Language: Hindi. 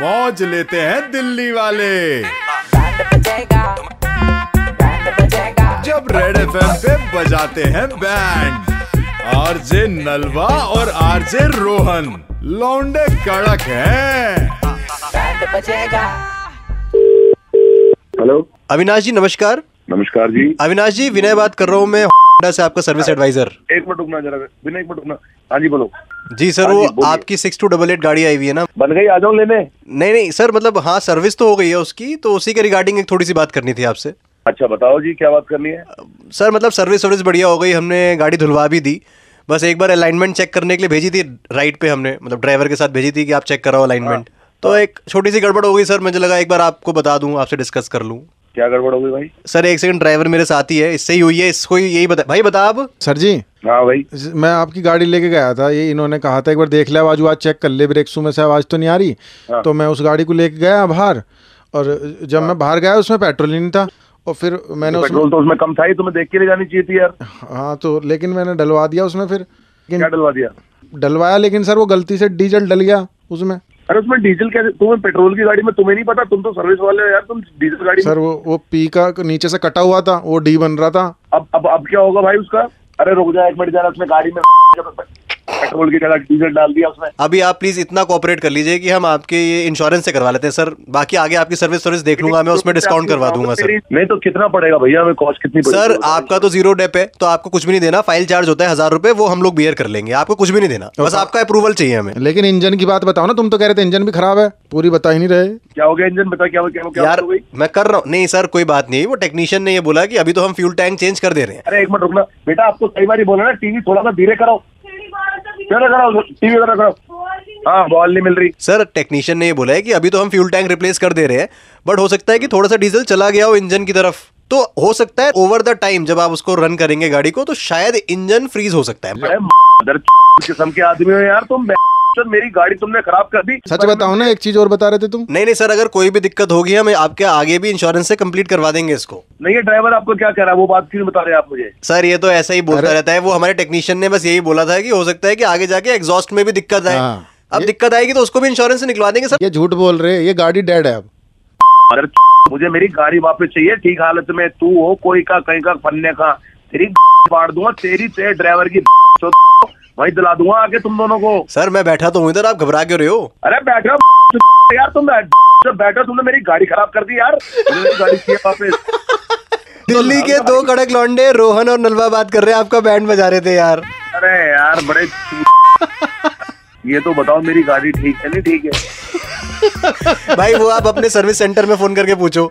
मौज लेते हैं दिल्ली वाले जब रेड एफ पे बजाते हैं बैंड आरजे नलवा और आरजे रोहन लौंडे कड़क हैं हेलो अविनाश जी नमस्कार नमस्कार जी अविनाश जी विनय बात कर रहा हूँ मैं Honda से आपका सर्विस एडवाइजर एक मिनट रुकना जरा बिना एक मिनट रुकना हाँ जी बोलो जी सर हाँ जी, वो बोलिए। आपकी सिक्स टू डबल एट गाड़ी आई हुई है ना बन गई आ जाओ लेने नहीं नहीं सर मतलब हाँ सर्विस तो हो गई है उसकी तो उसी के रिगार्डिंग एक थोड़ी सी बात करनी थी आपसे अच्छा बताओ जी क्या बात करनी है सर मतलब सर्विस सर्विस बढ़िया हो गई हमने गाड़ी धुलवा भी दी बस एक बार अलाइनमेंट चेक करने के लिए भेजी थी राइट पे हमने मतलब ड्राइवर के साथ भेजी थी कि आप चेक कराओ अलाइनमेंट हाँ। तो एक छोटी सी गड़बड़ हो गई सर मुझे लगा एक बार आपको बता दूं आपसे डिस्कस कर लूं क्या गड़बड़ हो गई भाई सर एक सेकंड ड्राइवर मेरे साथ ही है इससे ही हुई है इसको ही यही बता भाई बता आप सर जी हाँ भाई ज- मैं आपकी गाड़ी लेके गया था ये इन्होंने कहा था एक बार देख ले आवाज आवाज चेक कर ले ब्रेक शू में से आवाज़ तो नहीं आ रही हाँ। तो मैं उस गाड़ी को लेके गया बाहर और जब मैं बाहर गया उसमें पेट्रोल ही नहीं था और फिर मैंने उसमें पेट्रोल हाँ। तो उसमें कम था ही तुम्हें देख के ले जानी चाहिए थी यार हाँ तो लेकिन मैंने डलवा दिया उसमें फिर क्या लेकिन डलवा दिया डलवाया लेकिन सर वो गलती से डीजल डल गया उसमें अरे उसमें डीजल कैसे तुम्हें पेट्रोल की गाड़ी में तुम्हें नहीं पता तुम तो सर्विस वाले हो यार तुम डीजल गाड़ी में सर वो वो पी का नीचे से कटा हुआ था वो डी बन रहा था अब अब अब क्या होगा भाई उसका अरे रुक जा एक मिनट जरा उसने गाड़ी में पेट्रोल की जगह डीजल डाल दिया उसने अभी आप प्लीज इतना कोऑपरेट कर लीजिए कि हम आपके ये इंश्योरेंस से करवा लेते हैं सर बाकी आगे आपकी सर्विस सर्विस देख लूंगा मैं उसमें डिस्काउंट करवा दूंगा सर तो नहीं तो कितना पड़ेगा भैया हमें कॉस्ट कितनी पड़ेगी सर आपका तो जीरो डेप है तो आपको कुछ भी नहीं देना फाइल चार्ज होता है हजार रुपए वो हम लोग बियर कर लेंगे आपको कुछ भी नहीं देना बस आपका अप्रूवल चाहिए हमें लेकिन इंजन की बात बताओ ना तुम तो कह रहे थे इंजन भी खराब है पूरी बता ही नहीं रहे क्या हो गया इंजन बता क्या हो गया क्या यार हो गई मैं कर रहा हूँ नहीं सर कोई बात नहीं वो टेक्नीशियन ने ये बोला कि अभी तो हम फ्यूल टैंक चेंज कर दे रहे हैं अरे एक मिनट रुकना बेटा आपको कई बार ही बोला ना टीवी थोड़ा सा धीरे कराओ जरा कराओ टीवी जरा कराओ हाँ बॉल नहीं मिल रही सर टेक्नीशियन ने ये बोला है कि अभी तो हम फ्यूल टैंक रिप्लेस कर दे रहे हैं बट हो सकता है कि थोड़ा सा डीजल चला गया हो इंजन की तरफ तो हो सकता है ओवर द टाइम जब आप उसको रन करेंगे गाड़ी को तो शायद इंजन फ्रीज हो सकता है अरे मदर किस्म के आदमी हो यार तुम सर मेरी गाड़ी तुमने खराब कर दी सच बताओ ना एक चीज और बता रहे थे तुम नहीं नहीं सर अगर कोई भी दिक्कत होगी हम आपके आगे भी इंश्योरेंस से कंप्लीट करवा देंगे इसको नहीं ये ड्राइवर आपको क्या कह रहा है वो बात क्यों बता रहे हैं आप मुझे सर ये तो ऐसा ही बोलता रहता है वो हमारे टेक्नीशियन ने बस यही बोला था कि हो सकता है कि आगे जाके एग्जॉस्ट में भी दिक्कत आए हाँ। अब दिक्कत आएगी तो उसको भी इंश्योरेंस से निकलवा देंगे सर ये झूठ बोल रहे ये गाड़ी डेड है अब मदर मुझे मेरी गाड़ी वापस चाहिए ठीक हालत में तू हो कोई का कहीं का फन्ने का तेरी फाड़ दूंगा तेरी तेरे ड्राइवर की वही दिला दूंगा आके तुम दोनों को सर मैं बैठा तो हूँ इधर आप घबरा क्यों रहे हो अरे बैठो यार तुम जब बैठो तुमने मेरी गाड़ी खराब कर दी यार मुझे मेरी गाड़ी चाहिए वापस दिल्ली के दो कड़क लौंडे रोहन और नलवा बात कर रहे हैं आपका बैंड बजा रहे थे यार अरे यार बड़े ये तो बताओ मेरी गाड़ी ठीक है नहीं ठीक है भाई वो आप अपने सर्विस सेंटर में फोन करके पूछो